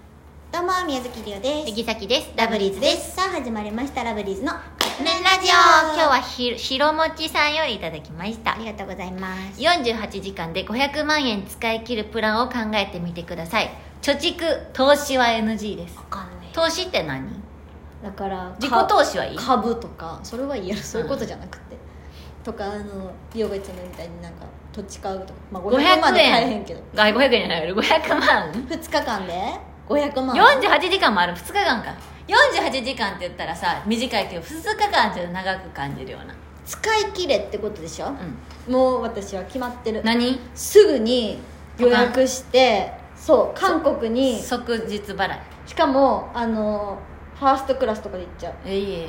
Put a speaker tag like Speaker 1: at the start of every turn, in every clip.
Speaker 1: んばんは宮崎りおです
Speaker 2: 杉崎です
Speaker 1: ラブリーズですさあ始まりましたラブリーズの
Speaker 2: カップ麺ラジオ今日はひひろもちさんよりいただきました
Speaker 1: ありがとうございます
Speaker 2: 48時間で500万円使い切るプランを考えてみてください貯蓄投資は NG です
Speaker 1: かんね
Speaker 2: 投資って何
Speaker 1: だから
Speaker 2: 自己投資はいい
Speaker 1: 株とかそれはいいやろそういうことじゃなくて、とかあのりおがいつも言うみたいになんか土地買うとか、まあ、500万まで買えへんけど
Speaker 2: あ500円じゃない500万
Speaker 1: 2日間で500万
Speaker 2: 48時間もある2日間か48時間って言ったらさ短いけど2日間って長く感じるような
Speaker 1: 使い切れってことでしょ、
Speaker 2: うん
Speaker 1: もう私は決まってる
Speaker 2: 何
Speaker 1: すぐに予約してそう韓国に
Speaker 2: 即日払い
Speaker 1: しかもあのファーストクラスとかで行っちゃう
Speaker 2: えいえ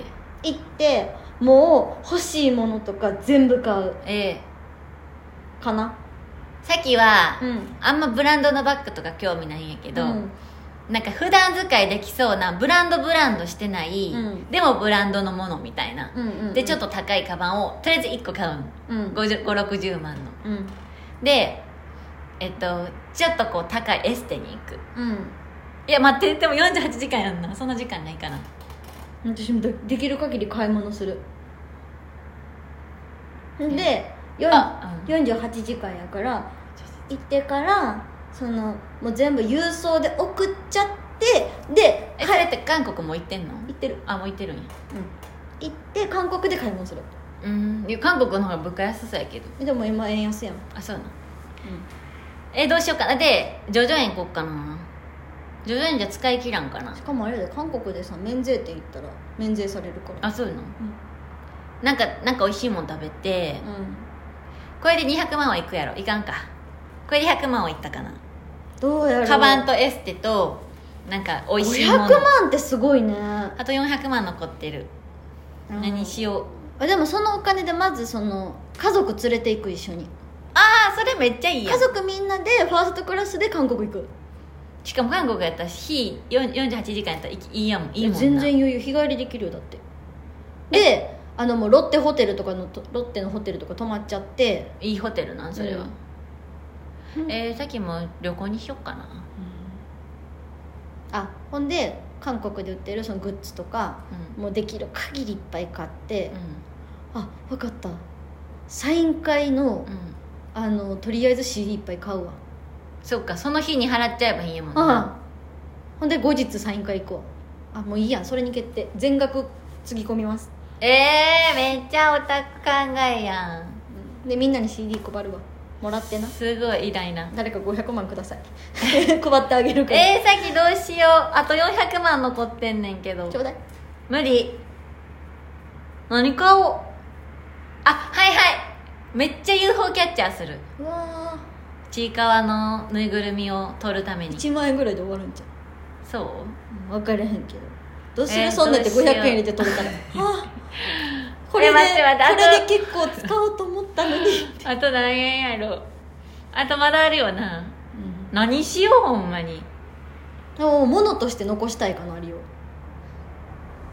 Speaker 1: 行ってもう欲しいものとか全部買う
Speaker 2: ええ
Speaker 1: かな
Speaker 2: さっきは、
Speaker 1: うん
Speaker 2: あんまブランドのバッグとか興味ないんやけど、
Speaker 1: うん
Speaker 2: なんか普段使いできそうなブランドブランドしてない、
Speaker 1: うん
Speaker 2: でもブランドのものみたいな、
Speaker 1: うんうんうん
Speaker 2: でちょっと高いカバンをとりあえず1個買うの
Speaker 1: うん
Speaker 2: 560万の
Speaker 1: うん
Speaker 2: でえっとちょっとこう高いエステに行く
Speaker 1: うん
Speaker 2: いや待ってでも48時間やんなそんな時間ないかな
Speaker 1: 私もでできる限り買い物するで、よん
Speaker 2: あうん
Speaker 1: 48時間やから行ってからそのもう全部郵送で送っちゃってで
Speaker 2: え
Speaker 1: 帰
Speaker 2: それって韓国も行ってんの
Speaker 1: 行ってる、
Speaker 2: あもう行ってるんや
Speaker 1: 行って韓国で買い物する
Speaker 2: うんいや韓国の方が物価安そうやけど
Speaker 1: でも今円安やん、
Speaker 2: あそうなのえどうしようかなでジョジョ園行こっかなジョジョ園じゃ使い切らんかな
Speaker 1: しかもあれで韓国でさ免税店行ったら免税されるから
Speaker 2: あそうなのなんかなんか美味しいもん食べて
Speaker 1: うん、うん、
Speaker 2: これで200万はいくやろいかんかこれで100万はいったかな
Speaker 1: どうやろう
Speaker 2: カバンとエステとなんか美味しい
Speaker 1: 500
Speaker 2: もの
Speaker 1: 万ってすごいね、
Speaker 2: あと400万残ってる、
Speaker 1: うん
Speaker 2: 何しよう
Speaker 1: あでもそのお金でまずその家族連れて行く一緒に
Speaker 2: ああそれめっちゃいいや
Speaker 1: 家
Speaker 2: ん
Speaker 1: 族みんなでファーストクラスで韓国行く
Speaker 2: しかも韓国やったら日4 48時間やったらいいいやもんいいもんな
Speaker 1: 全然余裕日帰りできるよだってであのもうロッテホテルとかのとロッテのホテルとか泊まっちゃって
Speaker 2: いいホテルなんそれは、
Speaker 1: うん
Speaker 2: えーさっきも旅行にしよっかな
Speaker 1: あほんで韓国で売ってるそのグッズとか
Speaker 2: うん、
Speaker 1: もうできる限りいっぱい買って
Speaker 2: う、ん
Speaker 1: あ分かったサイン会の
Speaker 2: うん、
Speaker 1: あのとりあえず CD いっぱい買うわ
Speaker 2: そっかその日に払っちゃえばいいやもん
Speaker 1: うん
Speaker 2: な、
Speaker 1: ほんで後日サイン会行こうあもういいやんそれに決定全額つぎ込みます
Speaker 2: えー、めっちゃオタク考えやん
Speaker 1: でみんなに CD 配るわもらってな
Speaker 2: すごい偉大な
Speaker 1: 誰か500万ください 配ってあげるから、
Speaker 2: えー、さっきどうしようあと400万残ってんねんけど
Speaker 1: ちょうだい
Speaker 2: 無理何買おうあはいはいめっちゃ UFO キャッチャーする
Speaker 1: うわ
Speaker 2: ちいかわのぬいぐるみを取るため
Speaker 1: ー
Speaker 2: に
Speaker 1: 1万円ぐらいで終わるんじゃ
Speaker 2: そう
Speaker 1: う分からへんけどどうする、
Speaker 2: えー
Speaker 1: そんなんで
Speaker 2: どうしよう
Speaker 1: 500円入れて取れた らはあこれ
Speaker 2: え
Speaker 1: で、
Speaker 2: 待って待ってあと
Speaker 1: これで結構使おうと思ったのに、
Speaker 2: あと何円やろあとまだあるよな何しようほんまに
Speaker 1: でも物として残したいかなリオ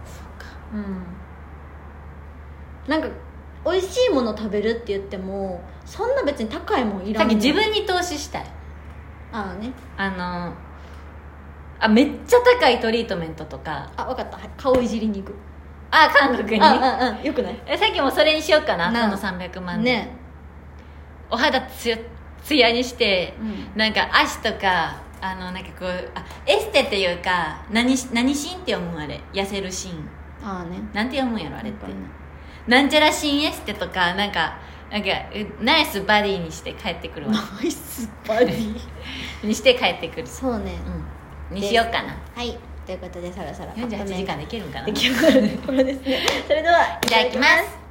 Speaker 1: そっかうんなんか美味しいもの食べるって言ってもそんな別に高いもんいら
Speaker 2: さ
Speaker 1: ん
Speaker 2: っ
Speaker 1: ね
Speaker 2: き
Speaker 1: ん
Speaker 2: 自分に投資したい
Speaker 1: ああね
Speaker 2: あのあめっちゃ高いトリートメントとか
Speaker 1: あ分かった、はい、顔いじりに行く
Speaker 2: あ韓国に
Speaker 1: あああよくない
Speaker 2: えさっきもそれにしようかな
Speaker 1: な
Speaker 2: この300万で
Speaker 1: ね
Speaker 2: お肌つやつやにして
Speaker 1: え、、うん、
Speaker 2: なんか足とかあのなんかこうあエステっていうか何し何シーンって読むんあれ痩せるシーン
Speaker 1: ああね
Speaker 2: なんて読むんやろあれって
Speaker 1: わかんない
Speaker 2: なんちゃらシーンエステとかなんかなんかえナイスバディにして帰って くるわ
Speaker 1: ナイスバデ ィ
Speaker 2: にして帰ってくる
Speaker 1: そうね
Speaker 2: うんにしようかな
Speaker 1: はいということでそろそろ
Speaker 2: 48時間できるんかな
Speaker 1: できるこれですねそれではい
Speaker 2: ただきます